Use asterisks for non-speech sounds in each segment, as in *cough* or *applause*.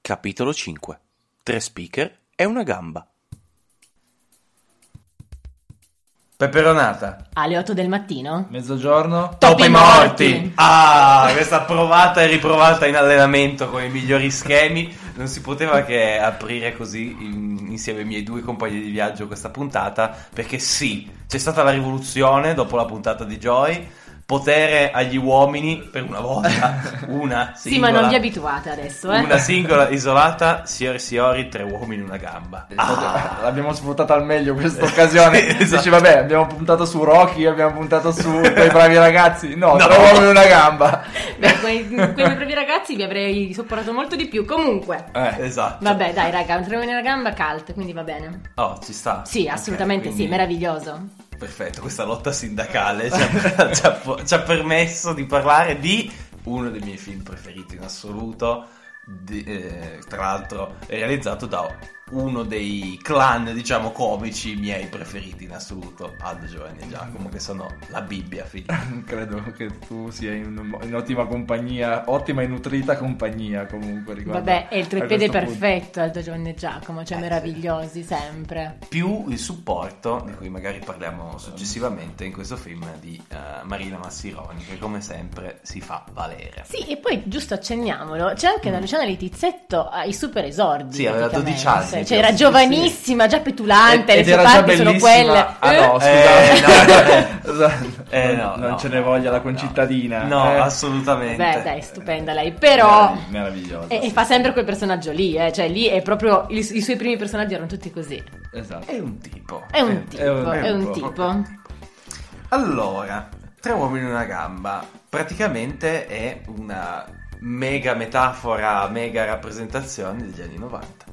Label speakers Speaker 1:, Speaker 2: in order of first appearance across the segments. Speaker 1: Capitolo cinque: Tre speaker e una gamba.
Speaker 2: Peperonata,
Speaker 3: Alle 8 del mattino?
Speaker 2: mezzogiorno,
Speaker 3: Topi morti!
Speaker 2: Ah, questa provata e riprovata in allenamento con i migliori schemi. Non si poteva che aprire così in- insieme ai miei due compagni di viaggio questa puntata, perché sì, c'è stata la rivoluzione dopo la puntata di Joy. Potere agli uomini per una
Speaker 3: *laughs*
Speaker 2: volta, una singola,
Speaker 3: Sì, ma non vi abituate adesso, eh?
Speaker 2: una singola isolata, signori signori, tre uomini in una gamba.
Speaker 4: Vabbè, L'abbiamo sfruttata al meglio questa *laughs* occasione.
Speaker 2: Sì, esatto.
Speaker 4: Dici, vabbè, abbiamo puntato su Rocky, abbiamo puntato *laughs* su quei bravi ragazzi. No,
Speaker 2: No.
Speaker 4: tre uomini e una gamba.
Speaker 3: Beh, quei, quei bravi ragazzi vi avrei sopportato molto di più. Comunque,
Speaker 2: Eh, esatto.
Speaker 3: vabbè, dai, raga, un treno nella gamba cult, quindi va bene.
Speaker 2: Oh, ci sta.
Speaker 3: Sì, assolutamente
Speaker 2: Ok,
Speaker 3: sì,
Speaker 2: quindi-
Speaker 3: meraviglioso.
Speaker 2: Perfetto, questa lotta sindacale ci ha, *laughs* ci ha- ci ha permesso di parlare di uno dei miei film preferiti in assoluto, di- eh, tra l'altro è realizzato da uno dei clan, diciamo, comici miei preferiti in assoluto, Aldo Giovanni e Giacomo, che sono la Bibbia, figli.
Speaker 4: Credo che tu sia in, in ottima compagnia, ottima e nutrita compagnia comunque. riguardo
Speaker 3: Vabbè, è il
Speaker 4: a
Speaker 3: treppiede
Speaker 4: questo punto.
Speaker 3: perfetto, Aldo Giovanni e Giacomo, cioè meravigliosi sempre.
Speaker 2: Più il supporto, di cui magari parliamo successivamente in questo film, di eh, Marina Massironi, che come sempre si fa valere.
Speaker 3: Sì, e poi giusto accenniamolo, c'è anche una Luciana Litizzetto ai super esordi.
Speaker 2: Sì, aveva 12
Speaker 3: praticamente.
Speaker 2: anni,
Speaker 3: Cioè, era
Speaker 2: sì, sì.
Speaker 3: giovanissima, già petulante,
Speaker 4: Ed-
Speaker 3: le
Speaker 4: ed
Speaker 3: sue
Speaker 4: era già
Speaker 3: parti sono
Speaker 4: bellissima.
Speaker 3: quelle.
Speaker 4: Ah,
Speaker 3: Eh?
Speaker 4: no,
Speaker 2: Eh,
Speaker 4: scusate. *laughs*
Speaker 2: Eh,
Speaker 4: non,
Speaker 2: no,
Speaker 4: non
Speaker 2: no,
Speaker 4: ce ne voglia la
Speaker 2: no,
Speaker 4: concittadina.
Speaker 2: No,
Speaker 4: eh.
Speaker 2: assolutamente.
Speaker 3: Beh, dai, stupenda lei, però...
Speaker 4: Meravigli- meravigliosa.
Speaker 3: E, e
Speaker 4: sì.
Speaker 3: fa sempre quel personaggio lì, eh, cioè lì è proprio i, i suoi primi personaggi erano tutti così.
Speaker 4: Esatto.
Speaker 2: È un tipo.
Speaker 3: È un
Speaker 4: Eh,
Speaker 3: tipo,
Speaker 4: è un-
Speaker 3: è
Speaker 4: è un
Speaker 3: un
Speaker 4: po'.
Speaker 3: tipo.
Speaker 2: Allora, Tre uomini in una gamba praticamente è una mega metafora, mega rappresentazione degli anni 90.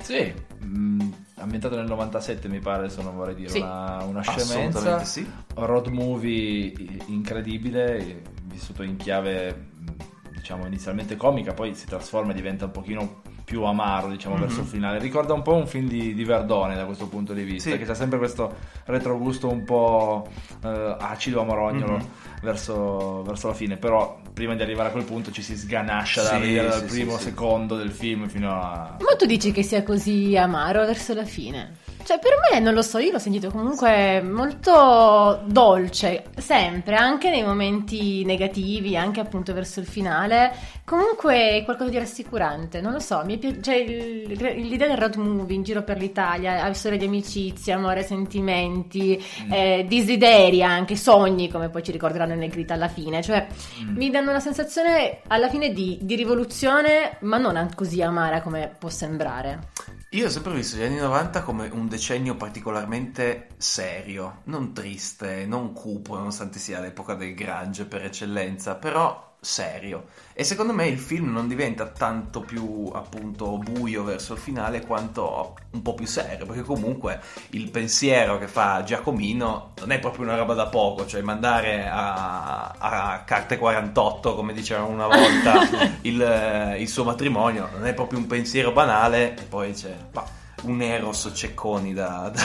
Speaker 4: Sì, mm, ambientato nel 97 mi pare, se non vorrei dire
Speaker 3: Sì.
Speaker 4: una, una scemenza.
Speaker 2: Assolutamente sì.
Speaker 4: Road movie i- incredibile, eh, vissuto in chiave mh, diciamo inizialmente comica, poi si trasforma e diventa un pochino più amaro, diciamo,
Speaker 2: Mhm.
Speaker 4: verso il finale. Ricorda un po' un film di, di Verdone da questo punto di vista,
Speaker 2: Sì.
Speaker 4: che c'ha sempre questo retrogusto un po' eh, acido amarognolo
Speaker 2: Mhm.
Speaker 4: verso, verso la fine, però prima di arrivare a quel punto ci si sganascia
Speaker 2: Sì,
Speaker 4: da ridere dal
Speaker 2: sì, sì,
Speaker 4: primo,
Speaker 2: sì.
Speaker 4: secondo del film fino a...
Speaker 3: Ma tu dici che sia così amaro verso la fine? Cioè, per me, non lo so, io l'ho sentito comunque molto dolce, sempre, anche nei momenti negativi, anche appunto verso il finale. Comunque è qualcosa di rassicurante, non lo so, mi è pi- cioè, il- l'idea del road movie in giro per l'Italia, eh, storie di amicizia, amore, sentimenti,
Speaker 4: Mm.
Speaker 3: eh, desideri anche, sogni, come poi ci ricorderanno nel grid alla fine, cioè...
Speaker 4: Mm.
Speaker 3: Mi danno una sensazione alla fine di, di rivoluzione, ma non an- così amara come può sembrare.
Speaker 2: Io ho sempre visto gli anni 90 come un decennio particolarmente serio, non triste, non cupo, nonostante sia l'epoca del grunge per eccellenza, però serio. E secondo me il film non diventa tanto più appunto buio verso il finale quanto un po' più serio, perché comunque il pensiero che fa Giacomino non è proprio una roba da poco, cioè mandare a, a carte 48, come dicevano una volta, il, eh, il suo matrimonio non è proprio un pensiero banale, e poi c'è bah, un Eros Cecconi da, *laughs* da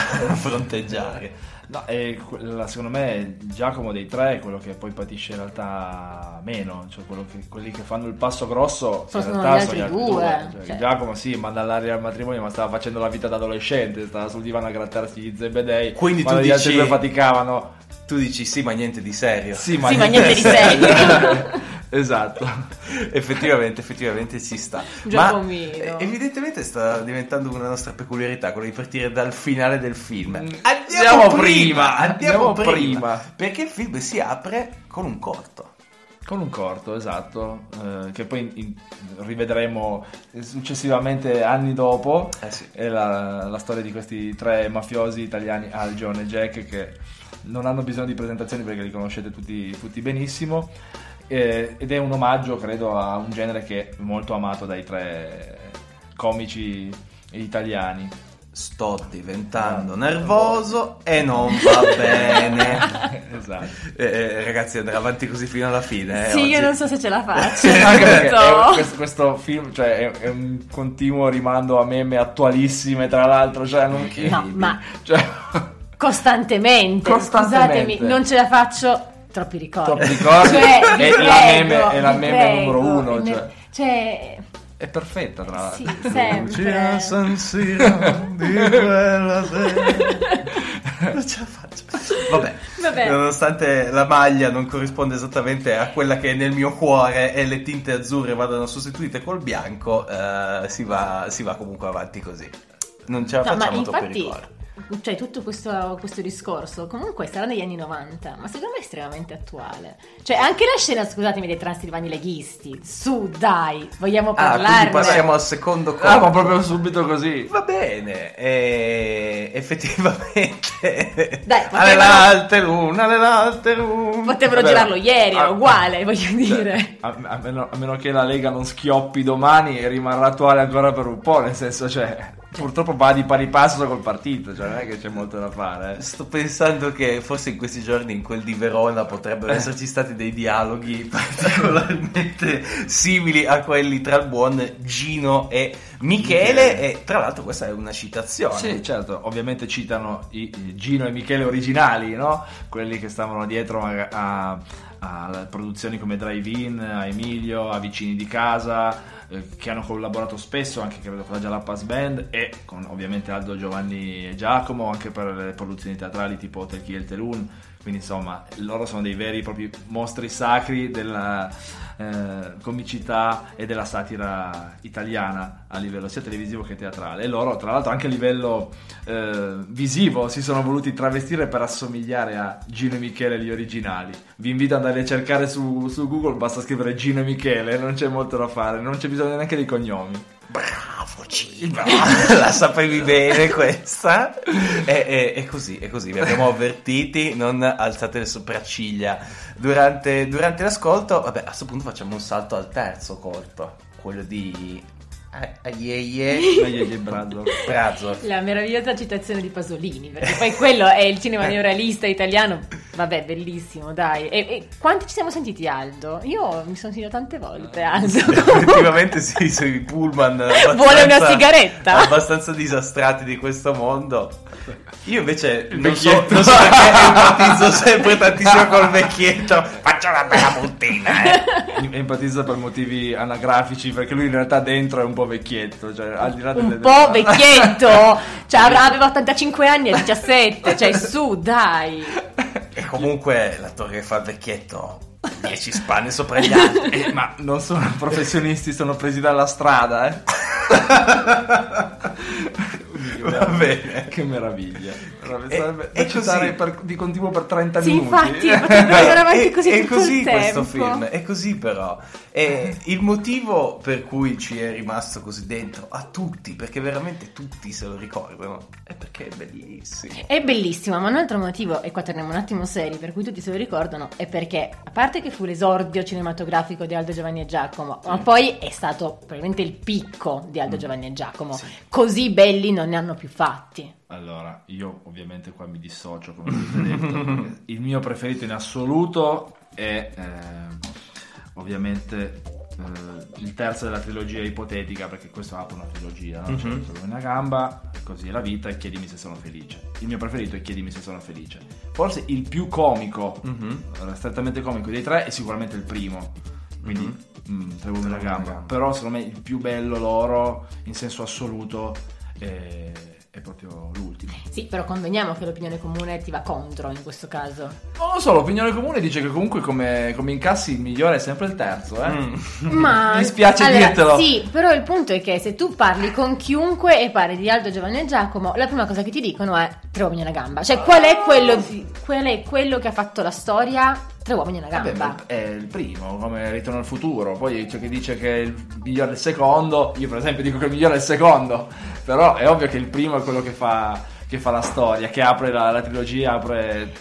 Speaker 2: fronteggiare.
Speaker 4: No, e quella, secondo me Giacomo dei tre è quello che poi patisce in realtà meno, cioè quello che- quelli che fanno il passo grosso
Speaker 3: Sono-
Speaker 4: in
Speaker 3: sono
Speaker 4: realtà
Speaker 3: gli
Speaker 4: sono gli altri
Speaker 3: altri
Speaker 4: due.
Speaker 3: due,
Speaker 4: Cioè,
Speaker 3: cioè.
Speaker 4: Giacomo sì, manda all'aria al matrimonio, ma stava facendo la vita da adolescente, stava sul divano a grattarsi gli zebedei,
Speaker 2: Quindi tu
Speaker 4: quando gli altri
Speaker 2: dici-
Speaker 4: due faticavano.
Speaker 2: Tu dici sì, ma niente di serio.
Speaker 4: Sì,
Speaker 3: Sì, ma niente di serio.
Speaker 2: *laughs*
Speaker 4: esatto.
Speaker 2: effettivamente, effettivamente ci sta.
Speaker 3: Giacomino.
Speaker 2: Ma eh, evidentemente sta diventando una nostra peculiarità quello di partire dal finale del film.
Speaker 4: Mm.
Speaker 2: Andiamo,
Speaker 4: Andiamo
Speaker 2: prima,
Speaker 4: prima,
Speaker 2: andiamo
Speaker 4: andiamo
Speaker 2: prima.
Speaker 4: prima.
Speaker 2: Perché il film si apre con un corto.
Speaker 4: *laughs* Con un corto, esatto, eh, che poi in- in- rivedremo successivamente anni dopo.
Speaker 2: Eh sì.
Speaker 4: È la, la storia di questi tre mafiosi italiani, Al, John e Jack, che non hanno bisogno di presentazioni perché li conoscete tutti, tutti benissimo. Eh, ed è un omaggio, credo, a un genere che è molto amato dai tre comici italiani.
Speaker 2: Sto
Speaker 4: Ah,
Speaker 2: diventando nervoso e non
Speaker 4: *laughs*
Speaker 2: va bene.
Speaker 4: esatto.
Speaker 2: Eh, eh, ragazzi, andrà avanti così fino alla fine. eh,
Speaker 3: sì, io
Speaker 2: oggi.
Speaker 3: non so se ce la
Speaker 4: *laughs*
Speaker 3: faccio.
Speaker 4: Anche perché
Speaker 3: non
Speaker 4: è un-
Speaker 3: so.
Speaker 4: *laughs* questo, questo film cioè, è, è un continuo rimando a meme attualissime, tra l'altro. Cioè, non
Speaker 2: Che-
Speaker 3: No, ma
Speaker 4: *laughs* cioè,
Speaker 3: costantemente,
Speaker 4: Costantemente.
Speaker 3: scusatemi, non ce la faccio. Troppi ricordi.
Speaker 4: Troppi ricordi.
Speaker 3: Cioè, vi
Speaker 4: È la
Speaker 3: prego,
Speaker 4: meme- è la
Speaker 3: vi
Speaker 4: meme numero
Speaker 3: prego.
Speaker 4: uno,
Speaker 3: Ne-
Speaker 4: cioè. Ah.
Speaker 3: cioè,
Speaker 4: È perfetta tra l'altro. *laughs*
Speaker 3: Sì, sempre.
Speaker 2: Lucia San Siro di quella sera. Non ce la faccio. Vabbè.
Speaker 3: Vabbè.
Speaker 2: Nonostante la maglia non corrisponda esattamente a quella che è nel mio cuore e le tinte azzurre vadano sostituite col bianco, eh, si, va, si va comunque avanti così. Non ce la
Speaker 3: No, ma
Speaker 2: facciamo troppo
Speaker 3: infatti,
Speaker 2: rigore.
Speaker 3: cioè, tutto questo, questo discorso comunque sarà negli anni 90, ma secondo me è estremamente attuale. Cioè, anche la scena, scusatemi, dei transilvani leghisti. Su, dai, vogliamo
Speaker 2: Ah,
Speaker 3: parlarne.
Speaker 2: quindi passiamo al secondo corpo.
Speaker 4: Ah, ma proprio subito così.
Speaker 2: Va bene, e *laughs* effettivamente.
Speaker 3: Dai, potevano-
Speaker 2: alle lalte luna, alle lalte luna.
Speaker 3: Potevano
Speaker 4: Vabbè.
Speaker 3: girarlo ieri, era
Speaker 4: Ah,
Speaker 3: uguale, voglio
Speaker 4: *laughs* Cioè,
Speaker 3: dire.
Speaker 4: a, a meno, a meno che la Lega non schioppi domani e rimarrà attuale ancora per un po', nel senso, cioè, purtroppo va di pari passo col partito, cioè non è che c'è molto da fare. eh.
Speaker 2: Sto pensando che forse in questi giorni in quel di Verona potrebbero esserci stati dei dialoghi *laughs* particolarmente simili a quelli tra il buon Gino e Michele. E tra l'altro, questa è una citazione.
Speaker 4: Sì, certo, ovviamente citano i, i Gino e Michele originali, no? Quelli che stavano dietro a, a- a produzioni come Drive In, a Emilio, a Vicini di Casa, eh, che hanno collaborato spesso anche credo con la Jalapas Band e con ovviamente Aldo, Giovanni e Giacomo, anche per le produzioni teatrali tipo Telchi e il Telun. Quindi insomma, loro sono dei veri e propri mostri sacri della eh, comicità e della satira italiana a livello sia televisivo che teatrale. E loro, tra l'altro, anche a livello eh, visivo si sono voluti travestire per assomigliare a Gino e Michele gli originali. Vi invito ad andare a cercare su, su Google, basta scrivere Gino e Michele, non c'è molto da fare, non c'è bisogno neanche dei cognomi.
Speaker 2: Bravo Gino, *laughs* la sapevi bene questa. E, e- e così, è così, vi abbiamo avvertiti, non alzate le sopracciglia durante, durante l'ascolto. Vabbè, a questo punto facciamo un salto al terzo corto, quello di eh, A- Aieie
Speaker 4: Meglio di Brazzo.
Speaker 2: Brazzo.
Speaker 3: La meravigliosa citazione di Pasolini, perché poi quello è il
Speaker 2: Eh.
Speaker 3: cinema neorealista italiano. Vabbè, bellissimo, dai. E, e quanti ci siamo sentiti, Aldo? Io mi sono sentita tante volte, Aldo.
Speaker 2: *laughs* Effettivamente
Speaker 3: *laughs*
Speaker 2: sì, sui pullman abbastanza-
Speaker 3: Vuole una sigaretta?
Speaker 2: Abbastanza disastrati di questo mondo Io invece non so,
Speaker 4: vecchietto.
Speaker 2: non so perché
Speaker 3: *laughs*
Speaker 2: empatizzo sempre tantissimo col vecchietto Faccio una bella puntina eh
Speaker 4: Empatizza per motivi anagrafici, perché lui in realtà dentro è un po' vecchietto, cioè al di là delle-
Speaker 3: un po' vecchietto,
Speaker 2: *laughs*
Speaker 3: cioè avrà- aveva 85 anni e 17, cioè su, dai. *laughs*
Speaker 2: E comunque l'attore che fa il vecchietto 10 spanne sopra gli altri
Speaker 4: Eh, ma non sono *laughs* professionisti, sono presi dalla strada, eh. Oddio,
Speaker 2: Va bene.
Speaker 4: Che meraviglia. Sarebbe
Speaker 2: E-
Speaker 4: sarebbe
Speaker 2: e
Speaker 4: da citare
Speaker 2: così.
Speaker 4: per- di continuo per 30
Speaker 3: Sì,
Speaker 4: minuti.
Speaker 3: infatti, potrebbe andare avanti
Speaker 2: È-
Speaker 3: così
Speaker 2: è
Speaker 3: tutto
Speaker 2: Eh, così
Speaker 3: il
Speaker 2: questo
Speaker 3: tempo.
Speaker 2: film, è così però.
Speaker 3: *laughs*
Speaker 2: E il motivo per cui ci è rimasto così dentro a tutti, perché veramente tutti se lo ricordano, è perché è bellissimo.
Speaker 3: È bellissima, ma un altro motivo, e qua torniamo un attimo seri, per cui tutti se lo ricordano, è perché, a parte che fu l'esordio cinematografico di Aldo Giovanni e Giacomo, ma poi è stato probabilmente il picco di
Speaker 2: Mm.
Speaker 3: Aldo Giovanni e Giacomo.
Speaker 4: Sì.
Speaker 3: Così belli non ne hanno più fatti.
Speaker 4: Allora, io ovviamente qua mi dissocio, come avete detto. perché il mio preferito in assoluto è eh, ovviamente eh, il terzo della trilogia ipotetica, perché questo apre una trilogia, no? Cioè,
Speaker 2: Mhm.
Speaker 4: solo una gamba, così è la vita e chiedimi se sono felice. Il mio preferito è chiedimi se sono felice. Forse il più comico,
Speaker 3: Mm-hmm.
Speaker 4: eh, strettamente comico dei tre, è sicuramente il primo. Quindi
Speaker 2: Mhm.
Speaker 4: Mm, tre uomini e una
Speaker 2: Tre uomini e una
Speaker 4: gamba.
Speaker 2: gamba.
Speaker 4: Però secondo me il più bello loro, in senso assoluto, è, è proprio l'ultimo.
Speaker 3: Sì, però conveniamo che l'opinione comune ti va contro in questo caso.
Speaker 4: Non lo so, l'opinione comune dice che comunque come, come incassi il migliore è sempre il terzo, eh?
Speaker 2: Mm.
Speaker 3: Ma
Speaker 4: *laughs* Mi spiace
Speaker 3: Allora,
Speaker 4: dirtelo.
Speaker 3: Sì, però il punto è che se tu parli con chiunque e parli di Aldo Giovanni e Giacomo, la prima cosa che ti dicono è tre uomini e una gamba. Cioè, qual è
Speaker 4: Ah,
Speaker 3: quello, qual è quello che ha fatto la storia? Tre uomini e una
Speaker 4: Vabbè,
Speaker 3: gamba.
Speaker 4: ma è il primo, come Ritorno al futuro. Poi c'è chi dice che il migliore è il secondo. Io, per esempio, dico che il migliore è il secondo. Però è ovvio che il primo è quello che fa, che fa la storia, che apre la, la trilogia, apre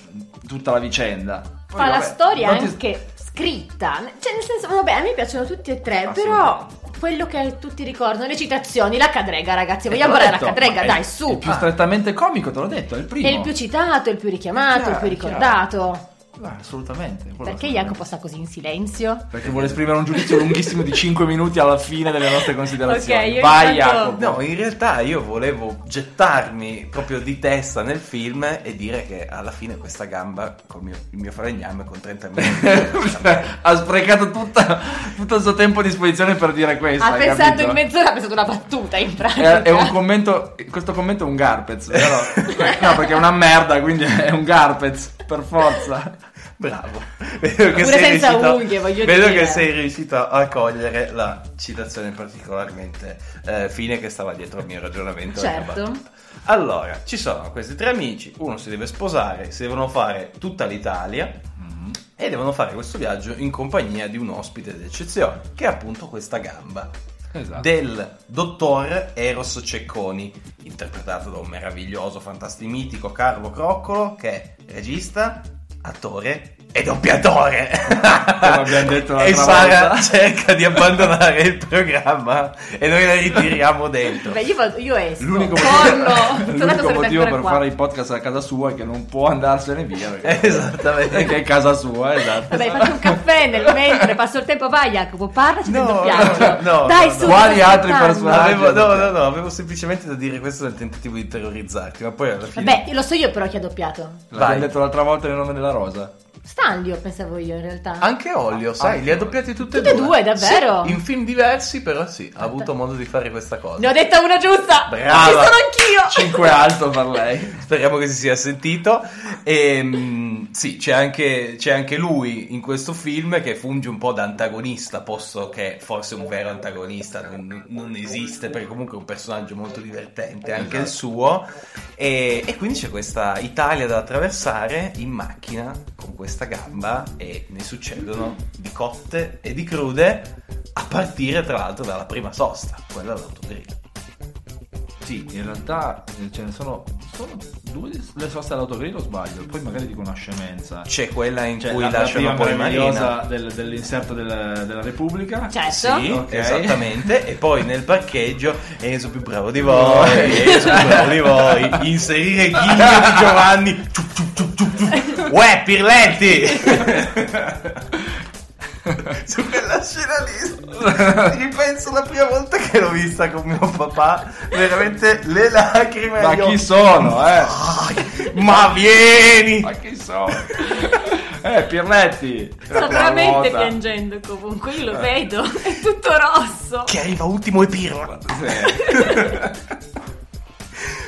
Speaker 4: tutta la vicenda. Poi,
Speaker 3: Fa la
Speaker 4: vabbè,
Speaker 3: storia
Speaker 4: non ti-
Speaker 3: anche scritta. Cioè, nel senso, vabbè, a me piacciono tutti e tre, però
Speaker 4: Assolutamente.
Speaker 3: quello che tutti ricordano, le citazioni, la cadrega, ragazzi.
Speaker 4: Eh,
Speaker 3: Vogliamo
Speaker 4: te l'ho
Speaker 3: guardare la
Speaker 4: detto,
Speaker 3: cadrega,
Speaker 4: ma
Speaker 3: dai,
Speaker 4: è
Speaker 3: su. Ah.
Speaker 4: Il più strettamente comico, te l'ho detto, è il primo.
Speaker 3: È il più citato, il più richiamato,
Speaker 4: Chiaro,
Speaker 3: il più
Speaker 4: chiaro.
Speaker 3: ricordato.
Speaker 4: Ah, assolutamente. quello eh.
Speaker 3: Perché
Speaker 4: assolutamente.
Speaker 3: Jacopo sta così in silenzio?
Speaker 4: Perché vuole esprimere un giudizio lunghissimo di 5 minuti alla fine delle nostre considerazioni.
Speaker 3: Ok, io
Speaker 4: Vai,
Speaker 3: intanto-
Speaker 4: Jacopo.
Speaker 2: No, in realtà io volevo gettarmi proprio di testa nel film e dire che alla fine questa gamba col mio, il mio falegname con 30 minuti
Speaker 3: *laughs*
Speaker 4: ha sprecato tutta- tutto il suo tempo a disposizione per dire questo.
Speaker 3: Ha
Speaker 4: hai
Speaker 3: pensato
Speaker 4: capito?
Speaker 3: in mezz'ora, ha pensato una battuta in pratica.
Speaker 4: È, è un commento. Questo commento è un Garpez, vero? No, perché è una merda, quindi è un Garpez, per forza.
Speaker 2: Bravo. Vedo
Speaker 3: Pure
Speaker 2: sei
Speaker 3: senza
Speaker 2: riuscito-
Speaker 3: unghie, voglio
Speaker 2: vedo
Speaker 3: dire.
Speaker 2: che sei riuscito a cogliere la citazione particolarmente eh, fine che stava dietro al mio
Speaker 4: eh,
Speaker 2: ragionamento. e alla
Speaker 3: Certo.
Speaker 2: battuta. Allora, ci sono questi tre amici, uno si deve sposare, si devono fare tutta l'Italia
Speaker 4: Mm-hmm.
Speaker 2: e devono fare questo viaggio in compagnia di un ospite d'eccezione, che è appunto questa gamba
Speaker 4: Esatto.
Speaker 2: del dottor Eros Cecconi, interpretato da un meraviglioso, fantastimitico Carlo Croccolo, che è regista, attore e doppiatore.
Speaker 4: Come abbiamo
Speaker 2: *laughs*
Speaker 4: detto l'altra
Speaker 2: e Sara
Speaker 4: volta.
Speaker 2: cerca di abbandonare il programma e noi la ritiriamo dentro.
Speaker 3: Beh, io, vado- io esco.
Speaker 4: L'unico *laughs*
Speaker 3: Torno.
Speaker 4: motivo,
Speaker 3: Tornato
Speaker 4: l'unico
Speaker 3: sarebbe
Speaker 4: motivo
Speaker 3: ancora
Speaker 4: per
Speaker 3: qua.
Speaker 4: fare i podcast a casa sua è che non può andarsene via. Perché, perché
Speaker 2: Esattamente.
Speaker 4: è casa sua, esatto.
Speaker 3: Vabbè, hai fatto un caffè nel mentre, passo il tempo, vai Jacopo, parlaci del
Speaker 2: No,
Speaker 3: doppiaggio.
Speaker 2: no, no,
Speaker 3: Dai
Speaker 2: no,
Speaker 3: su,
Speaker 2: no.
Speaker 4: Quali
Speaker 3: sto
Speaker 4: altri
Speaker 3: aspettando.
Speaker 4: personaggi?
Speaker 2: Avevo, no, no, no, avevo semplicemente da dire questo nel tentativo di terrorizzarti, ma poi alla fine...
Speaker 3: Vabbè, io lo so io però chi ha doppiato.
Speaker 4: L'abbiamo
Speaker 2: Vai.
Speaker 4: detto l'altra volta nel nome della rosa.
Speaker 3: Stanlio, pensavo io in realtà.
Speaker 2: Anche Olio, sai,
Speaker 4: anche
Speaker 2: li ha
Speaker 4: Olio.
Speaker 2: doppiati tutti
Speaker 3: Tutte e due,
Speaker 2: Sì,
Speaker 3: davvero?
Speaker 2: in film diversi, però sì, ha avuto modo di fare questa cosa.
Speaker 3: Ne ho detta una giusta.
Speaker 2: Brava.
Speaker 3: Ci sono anch'io.
Speaker 4: 5 alto per lei.
Speaker 2: *laughs* Speriamo che si sia sentito. E, mm, sì, c'è anche, c'è anche lui in questo film che funge un po' da antagonista, posto che forse un vero antagonista non, non esiste, perché comunque è un personaggio molto divertente, anche
Speaker 4: Esatto.
Speaker 2: il suo. E, e quindi c'è questa Italia da attraversare in macchina con questa gamba e ne succedono di cotte e di crude, a partire tra l'altro dalla prima sosta, quella dell'autogrill.
Speaker 4: Sì, in realtà eh, ce ne sono, sono due le soste all'autogrill o sbaglio, poi magari dico una scemenza.
Speaker 2: C'è quella in
Speaker 4: Cioè,
Speaker 2: cui
Speaker 4: la, la prima
Speaker 2: lasciano poi Marina.
Speaker 4: meravigliosa del- dell'inserto del- della Repubblica.
Speaker 3: Certo.
Speaker 2: Sì,
Speaker 4: Ok.
Speaker 2: esattamente. E poi nel parcheggio Enzo più bravo di voi, eh, Enzo più bravo di *laughs* voi. Inserire Ghigno di Giovanni. Ciup, ciup, ciup, ciup, ciup. Uè, Pirletti! *laughs* Su quella scena lì ripenso la prima volta che l'ho vista con mio papà. Veramente le lacrime.
Speaker 4: Ma
Speaker 2: agli
Speaker 4: chi
Speaker 2: occhi.
Speaker 4: sono,
Speaker 3: *laughs*
Speaker 4: eh?
Speaker 2: Ma vieni!
Speaker 4: Ma chi sono? *laughs* eh, Pirletti.
Speaker 3: Sto
Speaker 4: La
Speaker 3: veramente
Speaker 4: ruota.
Speaker 3: piangendo comunque, io lo vedo, è tutto rosso.
Speaker 2: Che arriva ultimo e pirla.
Speaker 4: Sì.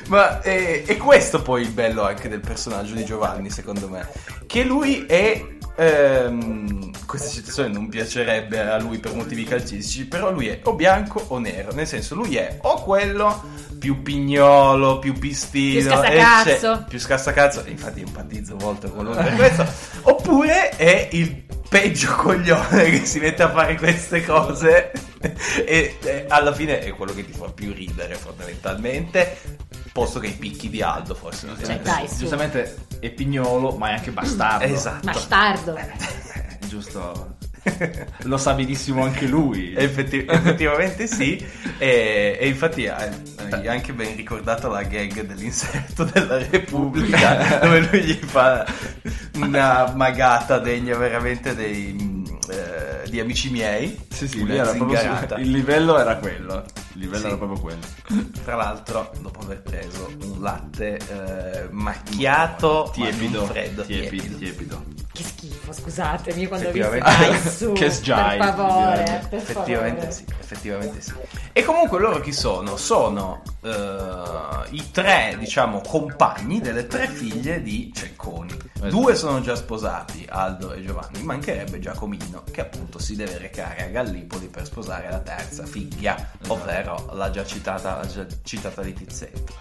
Speaker 2: Ma eh, è questo poi il bello anche del personaggio di Giovanni, secondo me. Che lui è. ehm, questa citazione non piacerebbe a lui per motivi calcistici, però lui è o bianco o nero. Nel senso, lui è o quello più pignolo, più pistino,
Speaker 3: Più scassacazzo.
Speaker 2: ecce- più scassacazzo. Infatti, empatizzo molto con lui per questo. Oppure è il peggio coglione che si mette a fare queste cose e, e alla fine è quello che ti fa più ridere fondamentalmente posto che i picchi di Aldo forse non ti
Speaker 3: Cioè,
Speaker 2: interessano.
Speaker 3: dai, su.
Speaker 4: Giustamente è pignolo, ma è anche bastardo. Eh,
Speaker 2: esatto
Speaker 3: Bastardo.
Speaker 4: Giusto. *laughs* Lo sa benissimo anche lui.
Speaker 2: Effetti- effettivamente sì e, e infatti eh, hai anche ben ricordato la gag dell'inserto della
Speaker 4: *laughs*
Speaker 2: Repubblica dove lui gli fa una magata degna veramente dei, mm, eh, di amici miei
Speaker 4: Sì, sì,
Speaker 2: Una
Speaker 4: lui era proprio su-
Speaker 2: zingarata.
Speaker 4: il livello era quello. Il livello
Speaker 2: Sì.
Speaker 4: era proprio quello.
Speaker 2: Tra l'altro, dopo aver preso un latte eh, macchiato,
Speaker 4: tiepido,
Speaker 2: ma non freddo,
Speaker 4: tiepido, tiepido.
Speaker 3: Che schifo, scusatemi quando ho visto.
Speaker 2: Effettivamente- *laughs*
Speaker 3: Dai su.
Speaker 4: Che sgiai,
Speaker 3: Per favore.
Speaker 4: direi.
Speaker 3: per
Speaker 2: Effettivamente
Speaker 3: favore.
Speaker 2: sì, effettivamente sì. E comunque loro chi sono? Sono eh, i tre, diciamo, compagni delle tre figlie di Cecconi.
Speaker 4: Esatto.
Speaker 2: Due sono già sposati, Aldo e Giovanni, mancherebbe Giacomino, che appunto si deve recare a Gallipoli per sposare la terza figlia,
Speaker 4: Esatto.
Speaker 2: ovvero la già citata, la già citata di Tizzetto.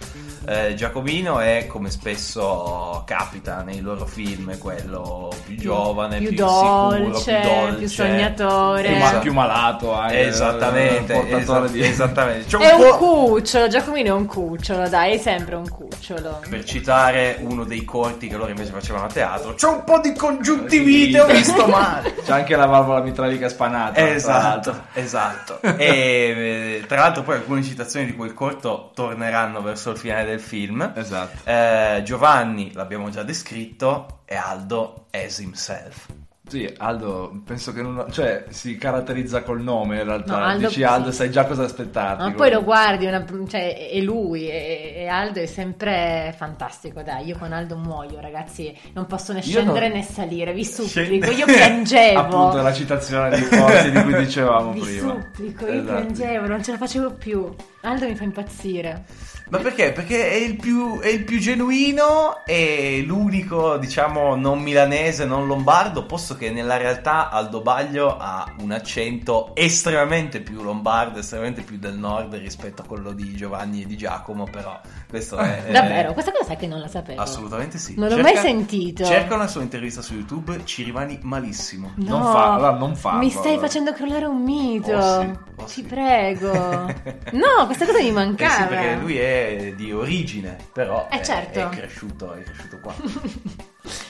Speaker 2: Eh, Giacomino è come spesso capita nei loro film quello più giovane, più,
Speaker 3: più
Speaker 2: sicuro,
Speaker 3: dolce,
Speaker 2: più dolce,
Speaker 3: più sognatore.
Speaker 4: Più,
Speaker 3: Eh.
Speaker 4: ma-
Speaker 2: Esatto.
Speaker 4: più malato anche.
Speaker 2: Esattamente, esatto,
Speaker 4: portatore
Speaker 2: esa-
Speaker 4: di...
Speaker 2: esattamente. C'è
Speaker 3: È
Speaker 2: un
Speaker 3: un
Speaker 2: po'-
Speaker 3: cucciolo, Giacomino è un cucciolo, dai, è sempre un cucciolo.
Speaker 2: per citare uno dei corti che loro invece facevano a teatro, c'è un po' di congiuntivite, ho visto
Speaker 4: *laughs*
Speaker 2: male.
Speaker 4: C'è anche la valvola mitralica spanata. tra l'altro.
Speaker 2: Esatto, esatto. E eh, tra l'altro poi alcune citazioni di quel corto torneranno verso il finale del film.
Speaker 4: Esatto.
Speaker 2: Eh, Giovanni l'abbiamo già descritto e Aldo as himself.
Speaker 4: Sì, Aldo, penso che non... Cioè, si caratterizza col nome in realtà.
Speaker 3: No, Aldo-
Speaker 4: Dici Aldo,
Speaker 3: sì.
Speaker 4: sai già cosa aspettarti.
Speaker 3: Ma poi lo guardi, una- cioè, è lui, e e Aldo è sempre fantastico, dai, io con Aldo muoio, ragazzi, non posso né
Speaker 4: Io non-
Speaker 3: scendere né salire, vi supplico,
Speaker 2: Scende- *laughs*
Speaker 3: io piangevo.
Speaker 4: Appunto, è la citazione di Forti di cui
Speaker 3: *laughs*
Speaker 4: dicevamo
Speaker 3: Vi
Speaker 4: prima.
Speaker 3: supplico, io
Speaker 4: Esatto.
Speaker 3: piangevo, non ce la facevo più. Aldo mi fa impazzire.
Speaker 2: Ma perché? Perché è il più, è il più genuino e l'unico, diciamo, non milanese, non lombardo, posto che nella realtà Aldo Baglio ha un accento estremamente più lombardo, estremamente più del nord rispetto a quello di Giovanni e di Giacomo, però questo è... è-
Speaker 3: *laughs* Davvero, questa cosa sai che non la sapevo.
Speaker 2: Eh. Assolutamente sì.
Speaker 3: Non l'ho
Speaker 2: Cerca-
Speaker 3: mai sentito.
Speaker 2: Cerca una sua intervista su YouTube, ci rimani malissimo.
Speaker 3: No,
Speaker 4: Non farla, non farlo,
Speaker 3: Mi stai
Speaker 4: allora.
Speaker 3: facendo crollare un mito.
Speaker 2: Oh sì, oh
Speaker 3: Ti
Speaker 2: sì. *laughs*
Speaker 3: prego. No, questa cosa mi
Speaker 2: Eh sì,
Speaker 3: mancava.
Speaker 2: perché lui è di origine, però
Speaker 3: Eh,
Speaker 2: è,
Speaker 3: certo.
Speaker 2: è cresciuto, è cresciuto qua.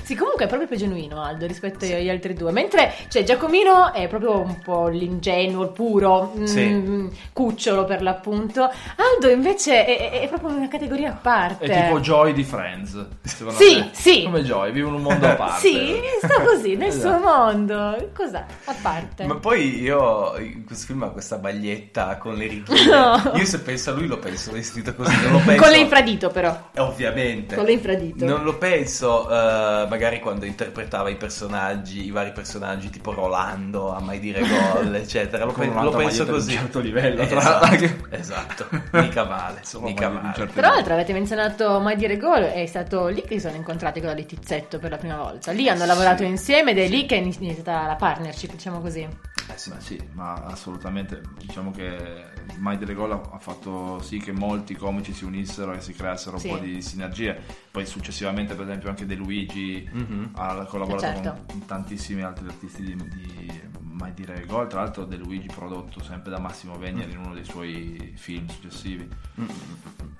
Speaker 3: Sì, comunque è proprio più genuino Aldo rispetto agli altri due. Mentre cioè, Giacomino è proprio un po' l'ingenuo, il puro, mm,
Speaker 2: Sì.
Speaker 3: cucciolo per l'appunto. Aldo invece è, è- è proprio una categoria a parte.
Speaker 4: È tipo Joy di Friends, secondo
Speaker 3: Sì,
Speaker 4: me.
Speaker 3: sì.
Speaker 4: Come Joy, vivono
Speaker 3: *laughs*
Speaker 4: un mondo a parte.
Speaker 3: Sì,
Speaker 2: *laughs*
Speaker 3: sta così, nel
Speaker 4: Esatto.
Speaker 3: suo mondo. Cos'ha? A parte.
Speaker 2: Ma poi io in questo film ha questa baglietta con le righe.
Speaker 3: No.
Speaker 2: Io se penso a lui lo penso vestito così, non lo penso.
Speaker 3: *laughs* Con l'infradito però.
Speaker 2: Eh, Ovviamente.
Speaker 3: Con l'infradito.
Speaker 2: Non lo penso eh, magari quando interpretava i personaggi, i vari personaggi tipo Rolando, a mai dire
Speaker 3: *laughs*
Speaker 2: gol, eccetera. Lo,
Speaker 4: Con
Speaker 2: pe-
Speaker 4: un'altra
Speaker 2: lo penso
Speaker 4: maglietta di un
Speaker 2: così.
Speaker 4: certo livello, tra l'altro.
Speaker 2: esatto, esatto. Mica male,
Speaker 4: Insomma,
Speaker 2: mica
Speaker 4: voglio
Speaker 2: male.
Speaker 4: dire, un certo
Speaker 3: Tra l'altro avete menzionato Mai dire gol, è stato lì che si sono incontrati con la Letizzetto per la prima volta. Lì hanno
Speaker 2: Sì.
Speaker 3: lavorato insieme ed è lì che è iniziata la partnership, diciamo così.
Speaker 2: Eh sì,
Speaker 4: Ma sì, ma assolutamente. Diciamo che Mai delle Gol ha fatto sì che molti comici si unissero e si creassero
Speaker 3: Sì.
Speaker 4: un po' di sinergie. Poi successivamente, per esempio, anche De Luigi
Speaker 2: Mhm.
Speaker 4: ha collaborato
Speaker 3: Eh, certo.
Speaker 4: con tantissimi altri artisti di, di Mai dire Gol. Tra l'altro, De Luigi prodotto sempre da Massimo Venier in uno dei suoi film successivi.
Speaker 3: Mm.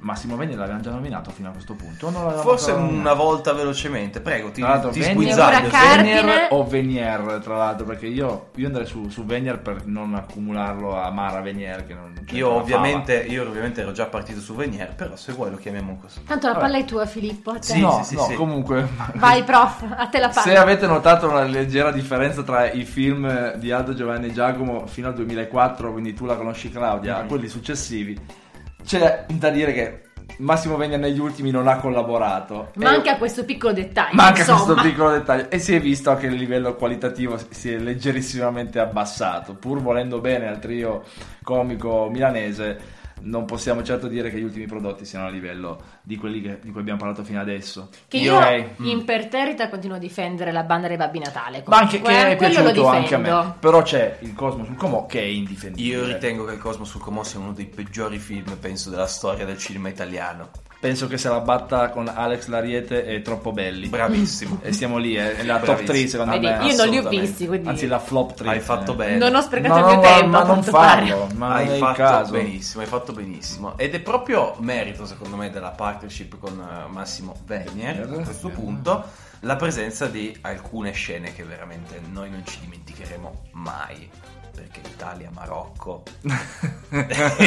Speaker 4: Massimo Venier l'avevamo già nominato fino a questo punto? o non l'avevamo
Speaker 2: Forse
Speaker 4: ancora
Speaker 2: una
Speaker 4: nominato?
Speaker 2: volta velocemente, prego, ti,
Speaker 4: Tra l'altro,
Speaker 2: ti
Speaker 4: Venier-
Speaker 2: sguizzaglio.
Speaker 3: Ora Carpine.
Speaker 4: Venier o Venier, tra l'altro, perché io, io andrei su, su Venier per non accumularlo a Mara Venier. Che non c'è
Speaker 2: Io
Speaker 4: la
Speaker 2: ovviamente, io ovviamente ero già partito su Venier, però se vuoi lo chiamiamo così.
Speaker 3: Tanto la
Speaker 4: Vabbè.
Speaker 3: palla è tua Filippo, a te.
Speaker 4: fava.
Speaker 2: Sì,
Speaker 4: no,
Speaker 2: sì,
Speaker 4: no,
Speaker 2: sì.
Speaker 4: comunque.
Speaker 3: Vai prof, a te la
Speaker 4: Se
Speaker 3: palla.
Speaker 4: avete notato una leggera differenza tra i film di Aldo Giovanni e Giacomo fino al 2004, quindi tu la conosci Claudia, a
Speaker 2: Mhm.
Speaker 4: quelli successivi, c'è da dire che Massimo Venier negli ultimi non ha collaborato. E-
Speaker 3: Manca questo piccolo dettaglio.
Speaker 4: Manca
Speaker 3: insomma.
Speaker 4: questo piccolo dettaglio e si è visto che il livello qualitativo si è leggerissimamente abbassato, pur volendo bene al trio comico milanese. Non possiamo certo dire che gli ultimi prodotti siano a livello di quelli che- di cui abbiamo parlato fino adesso.
Speaker 3: Che io,
Speaker 4: Ok.
Speaker 3: imperterrita, continuo a difendere la banda dei Babbi Natale.
Speaker 4: Mm. Ma anche che
Speaker 3: Comunque,
Speaker 4: è
Speaker 3: quello lo
Speaker 4: piaciuto anche a
Speaker 3: difendo.
Speaker 4: me. Però c'è il Cosmo sul Comò che è indifendibile.
Speaker 2: Io ritengo che Il Cosmo sul Comò sia uno dei peggiori film, penso, della storia del cinema italiano.
Speaker 4: Penso che se la batta con Alex Lariete è troppo belli.
Speaker 2: Bravissimo.
Speaker 4: e siamo lì, eh, è la top
Speaker 2: Bravissimo.
Speaker 4: 3 secondo
Speaker 3: Vedi,
Speaker 4: me.
Speaker 3: io non li ho
Speaker 4: assolutamente.
Speaker 3: visti, quindi-
Speaker 4: Anzi la flop 3.
Speaker 2: Hai fatto bene.
Speaker 3: Non ho sprecato il
Speaker 4: no,
Speaker 3: mio
Speaker 4: ma-
Speaker 3: tempo,
Speaker 4: ma
Speaker 3: a
Speaker 4: Eh, non
Speaker 3: quanto pare.
Speaker 4: farlo, ma
Speaker 2: hai
Speaker 4: non è il
Speaker 2: fatto
Speaker 4: caso. *laughs*
Speaker 2: benissimo, hai fatto benissimo. Ed è proprio merito, secondo me, della partnership con eh, Massimo Venier a questo
Speaker 4: Venier.
Speaker 2: punto, la presenza di alcune scene che veramente noi non ci dimenticheremo mai. Perché Italia, Marocco *laughs* è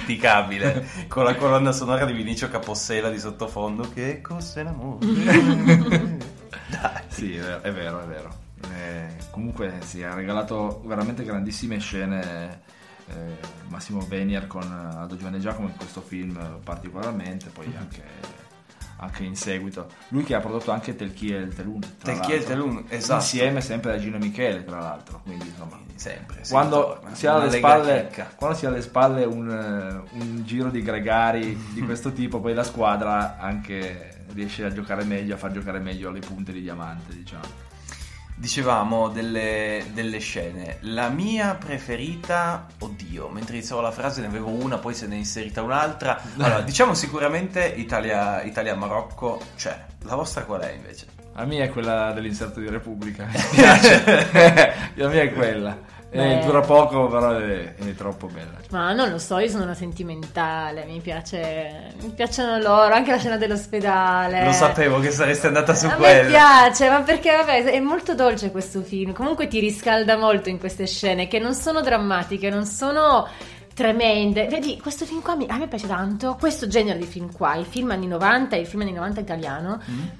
Speaker 2: indimenticabile. Con la colonna sonora di Vinicio Capossela di sottofondo. Che cos'è l'amore? Dai.
Speaker 4: Sì, è vero, è vero. è vero. Eh, comunque sì, ha regalato veramente grandissime scene eh, Massimo Venier con Aldo Giovanni e Giacomo in questo film eh, particolarmente, poi
Speaker 2: Mhm.
Speaker 4: anche, anche in seguito. Lui che ha prodotto anche Telchi e il Telun. tra
Speaker 2: Telchi e il
Speaker 4: l'altro.
Speaker 2: Telun, esatto.
Speaker 4: Insieme sempre a Gino Michele, tra l'altro. Quindi insomma...
Speaker 2: *laughs*
Speaker 4: Eh,
Speaker 2: Sempre. si
Speaker 4: Quando
Speaker 2: ritorna.
Speaker 4: si, ha alle
Speaker 2: Una lega
Speaker 4: spalle,
Speaker 2: chicca.
Speaker 4: quando si ha alle spalle un, eh, un giro di gregari di questo tipo, poi la squadra anche riesce a giocare meglio, a far giocare meglio le punte di diamante, diciamo.
Speaker 2: Dicevamo delle, delle scene. La mia preferita, oddio, mentre iniziavo la frase ne avevo una, poi se ne è inserita un'altra.
Speaker 4: Eh.
Speaker 2: Allora, diciamo sicuramente Italia, Italia-Marocco c'è. La vostra qual è invece?
Speaker 4: La mia è quella dell'inserto di Repubblica, mi *laughs* piace. *laughs* La mia è quella. Eh,
Speaker 3: Beh.
Speaker 4: dura poco, però è, è troppo bella.
Speaker 3: Ma non lo so, io sono una sentimentale, mi piace. Mi piacciono loro, anche la scena dell'ospedale.
Speaker 2: Lo sapevo che sareste andata su
Speaker 3: a me
Speaker 2: quella.
Speaker 3: piace, ma perché vabbè, è molto dolce questo film. Comunque ti riscalda molto in queste scene che non sono drammatiche, non sono tremende. Vedi, questo film qua mi- a me piace tanto, questo genere di film qua, il film anni 90 e il film anni 90 italiano,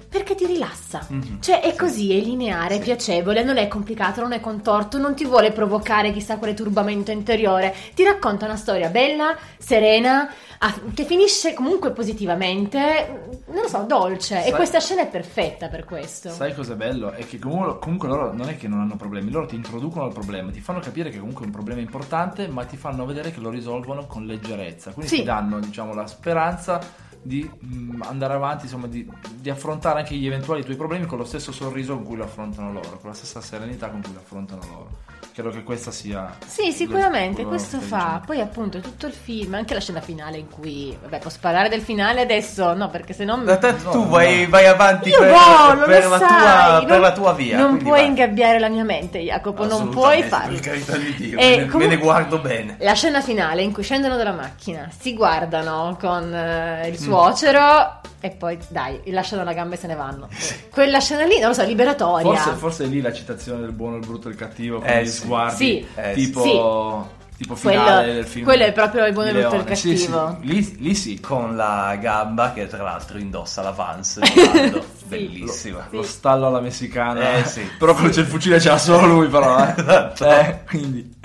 Speaker 3: perché ti rilassa.
Speaker 2: Mhm.
Speaker 3: Cioè è così, è lineare, è piacevole, non è complicato, non è contorto, non ti vuole provocare chissà quale turbamento interiore, ti racconta una storia bella, serena, a- che finisce comunque positivamente, mm, non lo so, dolce.
Speaker 4: Sai-
Speaker 3: E questa scena è perfetta per questo.
Speaker 4: Sai cosa è bello? È che comu- comunque loro non è che non hanno problemi, loro ti introducono al problema, ti fanno capire che comunque è un problema importante, ma ti fanno vedere che lo risolvono con leggerezza. Quindi
Speaker 3: Sì.
Speaker 4: ti danno, diciamo, la speranza di mm, andare avanti, insomma, di, di affrontare anche gli eventuali tuoi problemi con lo stesso sorriso con cui lo affrontano loro, con la stessa serenità con cui lo affrontano loro. Credo che questa sia.
Speaker 3: Sì, sicuramente
Speaker 4: quello
Speaker 3: questo
Speaker 4: che
Speaker 3: fa.
Speaker 4: diciamo.
Speaker 3: Poi appunto tutto il film, anche la scena finale in cui, vabbè, posso parlare del finale adesso? No, perché se no
Speaker 2: Da te-
Speaker 4: No,
Speaker 2: tu
Speaker 4: no.
Speaker 2: vai, vai avanti
Speaker 3: Io
Speaker 2: per,
Speaker 3: voglio,
Speaker 2: per
Speaker 3: lo
Speaker 2: la
Speaker 3: sai,
Speaker 2: tua,
Speaker 3: non-
Speaker 2: per la tua via.
Speaker 3: Non
Speaker 2: quindi
Speaker 3: puoi
Speaker 2: vai.
Speaker 3: ingabbiare la mia mente, Jacopo, non puoi
Speaker 2: Assolutamente,
Speaker 3: farlo.
Speaker 2: Per carità di Dio,
Speaker 3: E
Speaker 2: me ne- me,
Speaker 3: Eh, comunque-
Speaker 2: ne guardo bene.
Speaker 3: La scena finale in cui scendono dalla macchina, si guardano con eh, il
Speaker 2: Mm.
Speaker 3: suocero e poi dai, lasciano la gamba e se
Speaker 2: *laughs*
Speaker 3: ne vanno. Quella scena lì, non lo so, liberatoria.
Speaker 4: Forse, forse è lì la citazione del buono, il brutto e il cattivo, con
Speaker 2: Eh,
Speaker 4: gli
Speaker 2: sì.
Speaker 4: sguardi.
Speaker 3: Sì.
Speaker 2: Eh,
Speaker 4: tipo. Tipo
Speaker 3: Quello-
Speaker 4: finale del film.
Speaker 3: quello è proprio il buono,
Speaker 4: di
Speaker 3: il brutto e il
Speaker 4: Leone. Sì, sì,
Speaker 3: cattivo.
Speaker 4: Lì, lì sì.
Speaker 2: Con la gamba che tra l'altro indossa la
Speaker 3: *laughs*
Speaker 2: Vans, volando.
Speaker 3: Sì.
Speaker 2: bellissima.
Speaker 4: Lo stallo alla mexicana.
Speaker 2: Eh, sì.
Speaker 4: *laughs* Però quando c'è il fucile ce l'ha solo lui, però. Eh.
Speaker 2: Esatto.
Speaker 4: Eh, quindi.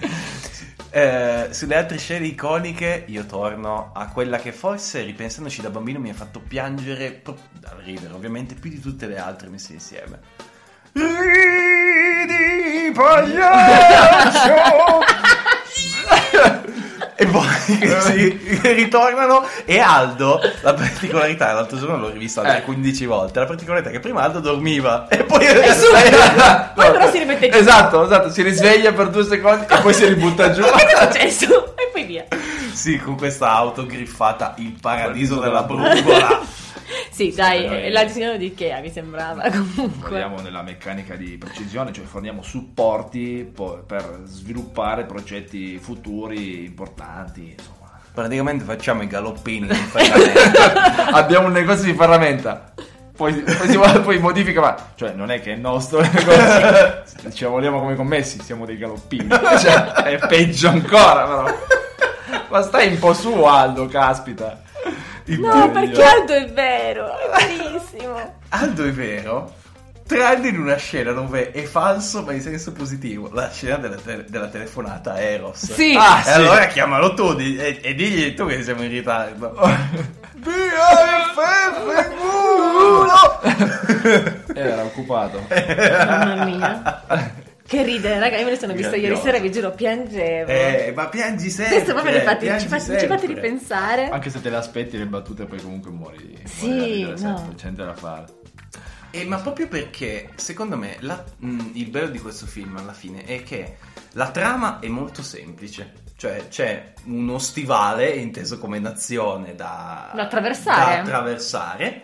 Speaker 2: Eh, sulle altre scene iconiche io torno a quella che forse ripensandoci da bambino mi ha fatto piangere, pro- dal ridere ovviamente, più di tutte le altre messe insieme. Ridi *laughs* pagliaccio! e *laughs* poi si ritornano e Aldo, la particolarità, l'altro giorno l'ho rivisto altre
Speaker 4: Eh.
Speaker 2: 15 volte, la particolarità è che prima Aldo dormiva *laughs* e poi... E
Speaker 3: Poi però si ripete giù.
Speaker 4: Esatto, esatto. Si risveglia per due secondi e poi si
Speaker 3: *laughs*
Speaker 4: ributta giù.
Speaker 3: Ma che è successo? E poi via.
Speaker 2: Sì, con questa auto griffata, il paradiso della brugola.
Speaker 3: Sì,
Speaker 4: però è-
Speaker 3: dai, la disegno di Ikea mi sembrava comunque.
Speaker 4: Lavoriamo nella meccanica di precisione, cioè forniamo supporti po- per sviluppare progetti futuri importanti. Insomma.
Speaker 2: *laughs* Praticamente facciamo i galoppini in ferramenta.
Speaker 4: *laughs* Abbiamo un negozio di ferramenta. Poi, poi, si vuole- poi modifica, ma cioè non è che è il nostro negozio. *laughs* Ci lavoriamo come commessi, siamo dei galoppini. Cioè, è peggio ancora, però. Ma stai un po' su, Aldo, caspita.
Speaker 3: No, perché Aldo è vero, è verissimo.
Speaker 2: *laughs* Aldo è vero? Tranne in una scena dove è falso ma in senso positivo, la scena della, te- della telefonata a Eros.
Speaker 3: Sì.
Speaker 2: Ah, e
Speaker 4: sì.
Speaker 2: allora chiamalo tu di- e, e digli tu che siamo in *laughs* ritardo. BFF
Speaker 4: Era occupato.
Speaker 3: Mamma mia. Che ridere, raga, io me ne sono vista ieri
Speaker 2: Grandioso.
Speaker 3: sera, vi giuro, piangevo.
Speaker 2: Eh, ma piangi sempre.
Speaker 3: Questo proprio mi fate,
Speaker 2: piangi
Speaker 3: ci, fa- ci
Speaker 2: sempre.
Speaker 3: fate
Speaker 2: Eh.
Speaker 3: ripensare.
Speaker 4: Anche se te le aspetti le battute, poi comunque muori.
Speaker 3: Sì,
Speaker 4: muori da ridere sempre,
Speaker 3: no.
Speaker 4: C'è niente da fare.
Speaker 2: E Eh, ma proprio perché, secondo me, la- mh, il bello di questo film alla fine è che la trama è molto semplice. Cioè, c'è uno stivale inteso come nazione da,
Speaker 3: Da attraversare.
Speaker 2: da attraversare,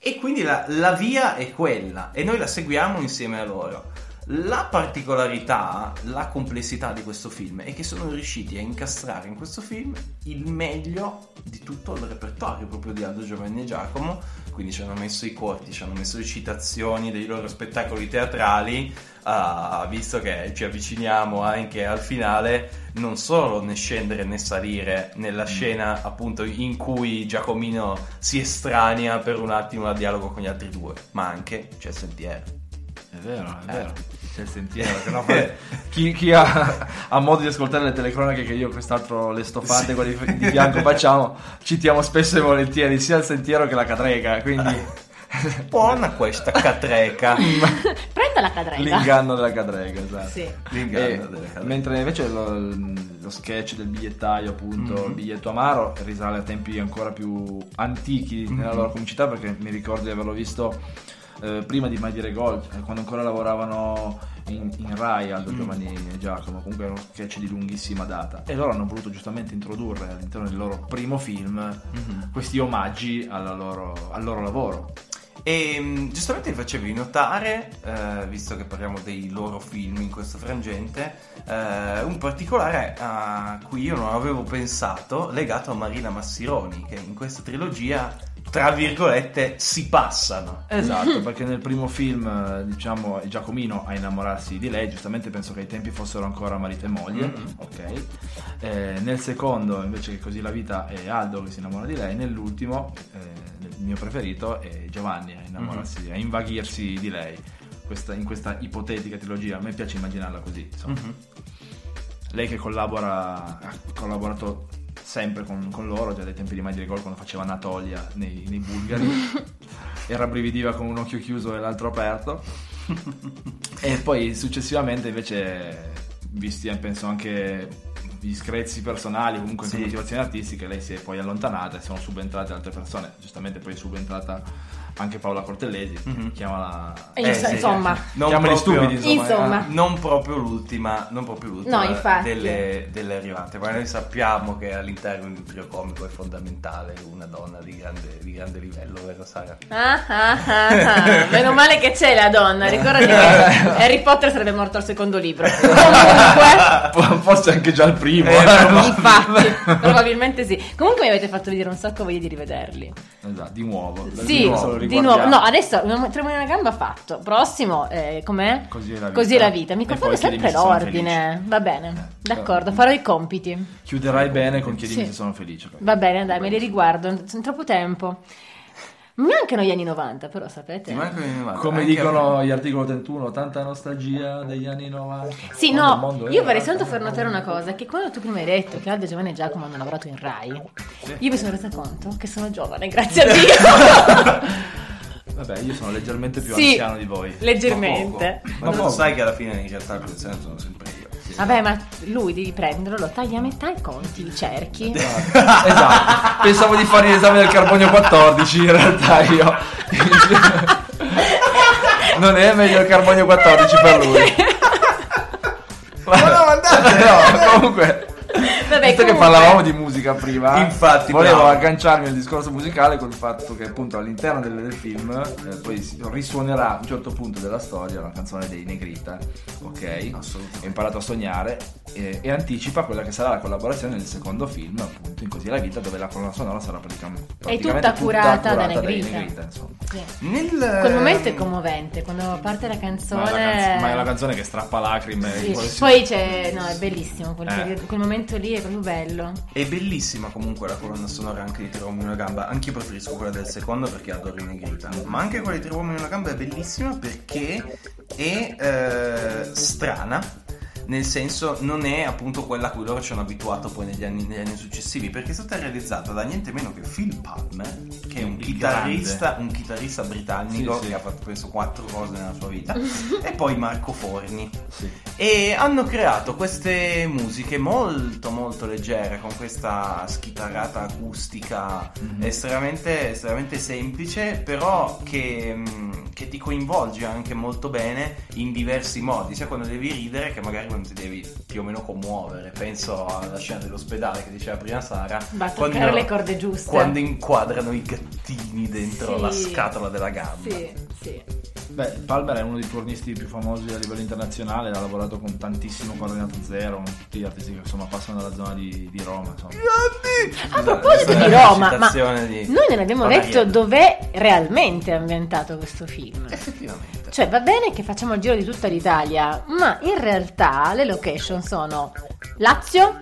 Speaker 2: E quindi la, la via è quella. E noi la seguiamo insieme a loro. La particolarità, la complessità di questo film è che sono riusciti a incastrare in questo film il meglio di tutto il repertorio proprio di Aldo Giovanni e Giacomo. Quindi ci hanno messo i corti, ci hanno messo le citazioni dei loro spettacoli teatrali. ah, visto che ci avviciniamo anche al finale, non solo né scendere né salire nella
Speaker 4: Mm.
Speaker 2: scena appunto in cui Giacomino si estranea per un attimo dal dialogo con gli altri due, ma anche c'è Sentiero.
Speaker 4: *laughs* È vero, è
Speaker 2: Eh.
Speaker 4: vero. C'è il sentiero. che no,
Speaker 2: *laughs*
Speaker 4: poi- chi chi ha, ha modo di ascoltare le telecronache che io e quest'altro le stofate,
Speaker 2: Sì.
Speaker 4: quelle di, di
Speaker 2: *laughs*
Speaker 4: fianco facciamo, citiamo spesso e volentieri sia il sentiero che la cadrega. Quindi
Speaker 2: *laughs* Buona
Speaker 4: *laughs*
Speaker 2: questa catreca.
Speaker 3: Prenda la Eh, cadrella.
Speaker 4: l'inganno della cadrega, esatto.
Speaker 3: Sì.
Speaker 2: L'inganno
Speaker 4: E,
Speaker 2: delle catene.
Speaker 4: mentre invece lo, lo sketch del bigliettaio, appunto,
Speaker 2: Mhm.
Speaker 4: il biglietto amaro, risale a tempi ancora più antichi nella
Speaker 2: Mhm.
Speaker 4: loro comicità, perché mi ricordo di averlo visto eh, prima di Mai Dire Gold, eh, quando ancora lavoravano in, in Rai Aldo
Speaker 2: Mhm.
Speaker 4: Giovanni e Giacomo, comunque era uno sketch di lunghissima data. E loro hanno voluto giustamente introdurre all'interno del loro primo film
Speaker 2: Mhm.
Speaker 4: questi omaggi alla loro- al loro lavoro.
Speaker 2: E mh, Ehm, giustamente vi facevi notare, eh, visto che parliamo dei loro film in questo frangente, eh, un particolare a cui io non avevo pensato legato a Marina Massironi, che in questa trilogia, tra virgolette, si passano.
Speaker 4: Esatto, perché nel primo film, eh, diciamo, è Giacomino a innamorarsi di lei, giustamente penso che ai tempi fossero ancora marito e moglie,
Speaker 2: Mm.
Speaker 4: ok? Eh, nel secondo, invece che così la vita è Aldo che si innamora di lei, nell'ultimo, eh, il mio preferito, è Giovanni a innamorarsi, a invaghirsi di lei. Questa- in questa ipotetica trilogia, a me piace immaginarla così, insomma.
Speaker 2: Mhm.
Speaker 4: Lei che collabora, ha collaborato sempre con, con loro, già dai tempi di Mighty Gol quando faceva Anatolia nei, nei Bulgari, *laughs* e rabbrividiva con un occhio chiuso e l'altro aperto. e poi successivamente invece, visti eh, penso anche gli screzi personali, comunque anche
Speaker 2: Sì.
Speaker 4: motivazioni artistiche, lei si è poi allontanata e sono subentrate altre persone, giustamente poi è subentrata anche Paola Cortellesi,
Speaker 2: Mhm.
Speaker 4: chiamala... Eh,
Speaker 3: E ins-
Speaker 2: sì,
Speaker 3: insomma.
Speaker 4: *laughs*
Speaker 2: Non
Speaker 4: Chiamali
Speaker 2: proprio-
Speaker 4: stupidi, insomma.
Speaker 3: Insomma.
Speaker 4: eh.
Speaker 2: Ah, Non proprio l'ultima, non proprio l'ultima
Speaker 3: No, infatti.
Speaker 2: delle, delle arrivate, ma noi sappiamo che all'interno di un trio comico è fondamentale una donna di grande, di grande livello, vero Sara?
Speaker 3: Ah, ah, ah, ah. Meno male che c'è la
Speaker 4: Eh.
Speaker 3: donna, ricordati che Harry Potter sarebbe morto al secondo libro.
Speaker 4: *laughs*
Speaker 3: Comunque,
Speaker 4: Po- *laughs* Forse anche già il primo.
Speaker 2: Eh, probabilmente.
Speaker 3: infatti, probabilmente sì. Comunque mi avete fatto vedere un sacco voglia di rivederli.
Speaker 4: Esatto, di nuovo.
Speaker 3: Sì,
Speaker 4: Adesso lo
Speaker 3: di
Speaker 4: riguardiamo.
Speaker 3: nuovo. No, adesso una- tre mani e una gamba fatto. Prossimo, eh, com'è?
Speaker 4: Così è la vita.
Speaker 3: Mi
Speaker 4: E
Speaker 3: confondo
Speaker 4: poi
Speaker 3: sempre
Speaker 4: chiedimi se sono
Speaker 3: l'ordine. Va bene,
Speaker 4: Eh,
Speaker 3: d'accordo,
Speaker 4: eh.
Speaker 3: farò i compiti.
Speaker 4: Chiuderai bene con chiedimi
Speaker 3: Sì.
Speaker 4: se sono felice.
Speaker 3: Va bene, dai, me li riguardo. Sono troppo tempo. Mi mancano gli anni 90, però sapete.
Speaker 2: Ti manco di novanta.
Speaker 4: Come
Speaker 2: Anche a
Speaker 4: dicono
Speaker 2: me.
Speaker 4: gli articoli 81, tanta nostalgia degli anni 90.
Speaker 3: Sì,
Speaker 4: Quando
Speaker 3: no,
Speaker 4: il mondo
Speaker 3: io
Speaker 4: era-
Speaker 3: vorrei soltanto far notare una cosa, che quando tu prima hai detto che Aldo, Giovanni e Giacomo hanno lavorato in Rai, io mi sono resa conto che sono giovane,
Speaker 4: *laughs*
Speaker 3: grazie a Dio.
Speaker 4: Vabbè, io sono leggermente più
Speaker 3: Sì.
Speaker 4: anziano di voi.
Speaker 3: Leggermente.
Speaker 2: Ma, poco.
Speaker 4: Ma
Speaker 2: ma tu
Speaker 4: poco.
Speaker 2: sai che alla fine in realtà il personaggio sono sempre io.
Speaker 3: Vabbè, ma lui devi prenderlo, lo tagli a metà e conti i cerchi.
Speaker 4: *laughs* esatto. Pensavo di fare l'esame del carbonio 14, in realtà io. non *laughs* è meglio il carbonio 14 per lui.
Speaker 2: Ma no, andate!
Speaker 4: *laughs* no, comunque.
Speaker 3: *laughs* Vabbè,
Speaker 4: Visto che
Speaker 3: comunque-
Speaker 4: parlavamo di musica prima,
Speaker 2: Infatti,
Speaker 4: volevo
Speaker 2: bravo.
Speaker 4: agganciarmi al discorso musicale col fatto che appunto all'interno del, del film eh, poi si- risuonerà a un certo punto della storia la canzone dei Negrita, ok?
Speaker 2: *laughs* Assolutamente.
Speaker 4: Ho imparato a sognare eh, e, anticipa quella che sarà la collaborazione del secondo film, appunto, in Così è la vita, dove la colonna sonora sarà praticam- praticamente
Speaker 3: tutta curata da
Speaker 4: dai
Speaker 3: Negrita.
Speaker 4: insomma.
Speaker 3: Sì.
Speaker 2: Nel
Speaker 3: Quel momento è commovente, quando parte la
Speaker 4: Ma
Speaker 3: canzone...
Speaker 4: è, la canz- ma è la canzone che strappa lacrime.
Speaker 3: Sì.
Speaker 4: in qualsiasi-
Speaker 3: Poi c'è, no, è bellissimo quel,
Speaker 4: Eh.
Speaker 3: periodo- quel momento lì, è proprio bello.
Speaker 2: È bellissima comunque la colonna sonora anche di Tre Uomini e una Gamba. Anch'io preferisco quella del secondo perché adoro i Negrita. Ma anche quella di Tre Uomini e una Gamba è bellissima perché è eh, strana. Nel senso, non è appunto quella a cui loro ci hanno abituato poi negli anni, negli anni successivi, perché è stata realizzata da niente meno che Phil Palmer, che è un
Speaker 4: Il
Speaker 2: chitarrista, un chitarrista britannico
Speaker 4: Sì, sì.
Speaker 2: che ha fatto penso quattro cose nella sua vita, e poi Marco Forni
Speaker 4: Sì.
Speaker 2: e hanno creato queste musiche molto molto leggere con questa schitarrata acustica
Speaker 3: Mm.
Speaker 4: Mhm.
Speaker 2: estremamente, estremamente semplice però che, mh, che ti coinvolge anche molto bene in diversi modi cioè quando devi ridere che magari non ti devi più o meno commuovere penso alla scena dell'ospedale che diceva prima Sara
Speaker 3: Va a toccare le corde giuste.
Speaker 2: quando inquadrano i gattini dentro
Speaker 3: Sì.
Speaker 2: la scatola della gamba
Speaker 3: Sì, sì.
Speaker 4: Beh, Palmer è uno dei turnisti più famosi a livello internazionale, ha lavorato con tantissimo Coordinato Zero, con tutti gli artisti che insomma passano dalla zona di, di Roma, insomma.
Speaker 2: Esatto,
Speaker 3: A proposito di Roma, ma
Speaker 2: Eh.
Speaker 3: noi non abbiamo detto
Speaker 2: dove
Speaker 3: dov'è realmente ambientato questo film.
Speaker 2: Effettivamente.
Speaker 3: Cioè, va bene che facciamo il giro di tutta l'Italia, ma in realtà le location sono Lazio,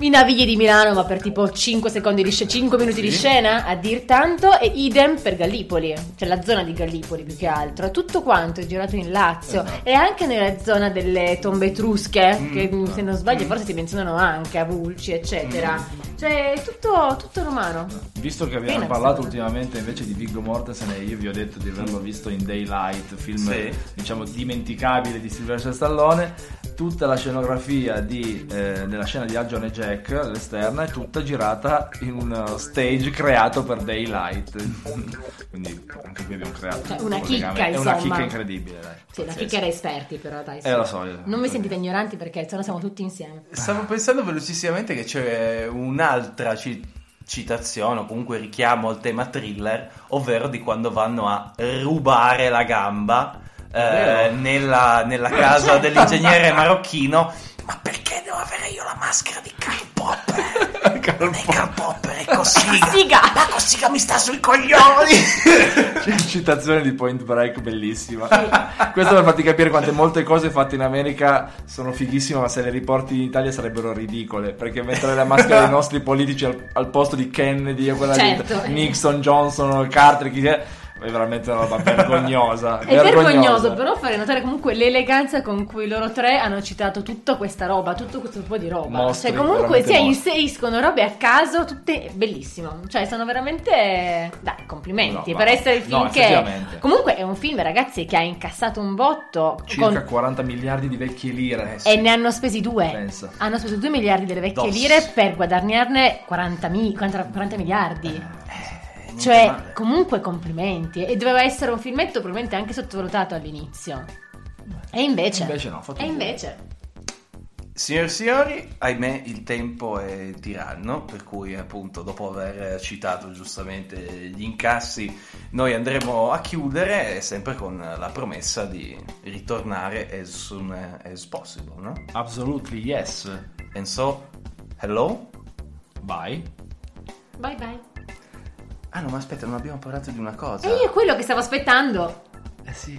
Speaker 3: i navigli di Milano, ma per tipo 5 secondi di scena, 5 minuti di
Speaker 4: Sì.
Speaker 3: scena, a dir tanto, e idem per Gallipoli, cioè la zona di Gallipoli più che altro. Tutto quanto è girato in Lazio
Speaker 4: Esatto.
Speaker 3: e anche nella zona delle tombe etrusche,
Speaker 2: Mm.
Speaker 3: che se non sbaglio forse ti menzionano anche a Vulci, eccetera.
Speaker 4: Mm.
Speaker 3: Cioè, è tutto, tutto romano.
Speaker 4: Visto che abbiamo
Speaker 3: Bene,
Speaker 4: parlato
Speaker 3: questa
Speaker 4: ultimamente invece di Viggo Mortensen e io vi ho detto di averlo visto in Daylight, film
Speaker 2: Sì.
Speaker 4: diciamo dimenticabile di Sylvester Stallone, tutta la scenografia di, eh, della scena di Aljon e Jack, l'esterna, è tutta girata in uno stage creato per Daylight. *laughs* Quindi anche qui abbiamo creato
Speaker 3: Cioè,
Speaker 4: un
Speaker 3: una chicca,
Speaker 4: collegamento. È una
Speaker 3: insomma.
Speaker 4: chicca incredibile, dai.
Speaker 3: Sì, la
Speaker 4: Pazzesco.
Speaker 3: chicca da esperti, però dai. su.
Speaker 4: Eh, lo so, io-
Speaker 3: Non mi sentite ignoranti perché sennò siamo tutti insieme.
Speaker 2: Stavo pensando velocissimamente che c'è un'altra ci- citazione o comunque richiamo al tema thriller, ovvero di quando vanno a rubare la gamba eh, nella, nella casa dell'ingegnere marocchino. Ma perché devo avere io la maschera di Karl Popper? non è *laughs* Karl Popper, è Cossiga.
Speaker 3: Cossiga.
Speaker 2: La Cossiga mi sta sui coglioni!
Speaker 4: *laughs* C'è citazione di Point Break bellissima. Questo per farti capire quante molte cose fatte in America sono fighissime, ma se le riporti in Italia sarebbero ridicole. Perché mettere la maschera dei nostri politici al, al posto di Kennedy o quella
Speaker 3: Certo.
Speaker 4: di Nixon, Johnson, Carter, chi sia, è veramente una roba vergognosa.
Speaker 3: È vergognoso però fare notare comunque l'eleganza con cui loro tre hanno citato tutta questa roba, tutto questo po' di roba.
Speaker 4: Mostri,
Speaker 3: cioè comunque
Speaker 4: veramente
Speaker 3: si
Speaker 4: mostri.
Speaker 3: inseriscono robe a caso, tutte bellissimo. Cioè sono veramente dai, complimenti
Speaker 4: No,
Speaker 3: per
Speaker 4: ma-
Speaker 3: essere il film
Speaker 4: no,
Speaker 3: che
Speaker 4: effettivamente.
Speaker 3: Comunque è un film, ragazzi, che ha incassato un botto
Speaker 4: Circa
Speaker 3: con-
Speaker 4: 40 miliardi di vecchie lire.
Speaker 2: Eh sì.
Speaker 3: e ne hanno spesi due.
Speaker 4: Pensa.
Speaker 3: Hanno speso 2 miliardi delle vecchie
Speaker 2: Dos.
Speaker 3: lire per guadagnarne 40, mi- 40 40
Speaker 4: Eh,
Speaker 3: miliardi.
Speaker 2: Eh, niente
Speaker 3: Cioè,
Speaker 2: male.
Speaker 3: comunque complimenti. E doveva essere un filmetto probabilmente anche sottovalutato all'inizio. E invece...
Speaker 4: Invece no, ha fatto
Speaker 3: E
Speaker 4: un po'.
Speaker 3: invece...
Speaker 2: Signori e signori, ahimè il tempo è tiranno, per cui appunto dopo aver citato giustamente gli incassi, noi andremo a chiudere eh, sempre con la promessa di ritornare as soon as possible, no?
Speaker 4: Absolutely yes.
Speaker 2: And so, hello?
Speaker 4: Vai.
Speaker 3: Bye bye.
Speaker 2: Ah no, ma aspetta, non abbiamo parlato di una cosa.
Speaker 3: E io quello che stavo aspettando.
Speaker 2: Eh sì.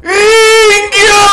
Speaker 2: Ringhio!